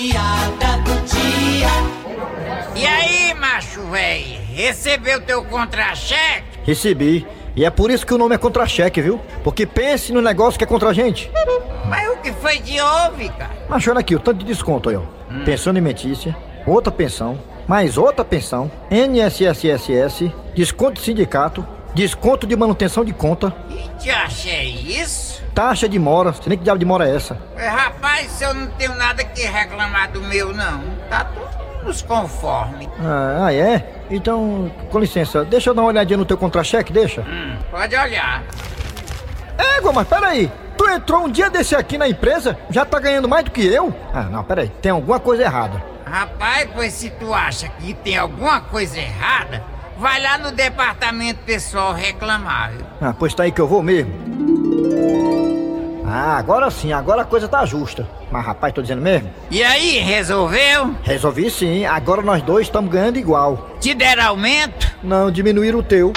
piada do dia. E aí, macho véi, recebeu teu contra-cheque? Recebi. E é por isso que o nome é contra-cheque, viu? Porque pense no negócio que é contra a gente. Mas o que foi que houve, cara? Mas olha aqui, o tanto de desconto aí, ó. Pensão alimentícia, outra pensão, mais outra pensão, NSSSS, desconto de sindicato, desconto de manutenção de conta, E te achei isso? taxa de mora, você nem que diabo de mora é essa. Mas, Rapaz, eu não tenho nada que reclamar do meu, não. Tá tudo nos conforme. Ah, ah, é? Então, com licença, deixa eu dar uma olhadinha no teu contra-cheque, deixa. Hum, pode olhar. Égua, mas peraí, tu entrou um dia desse aqui na empresa, já tá ganhando mais do que eu? Ah, não, peraí, tem alguma coisa errada. Rapaz, pois se tu acha que tem alguma coisa errada, vai lá no departamento pessoal reclamar. viu? Ah, pois tá aí que eu vou mesmo. Ah, agora sim, agora a coisa tá justa. Mas rapaz, tô dizendo mesmo? E aí, resolveu? Resolvi sim, agora nós dois estamos ganhando igual. Te deram aumento? Não, diminuir o teu.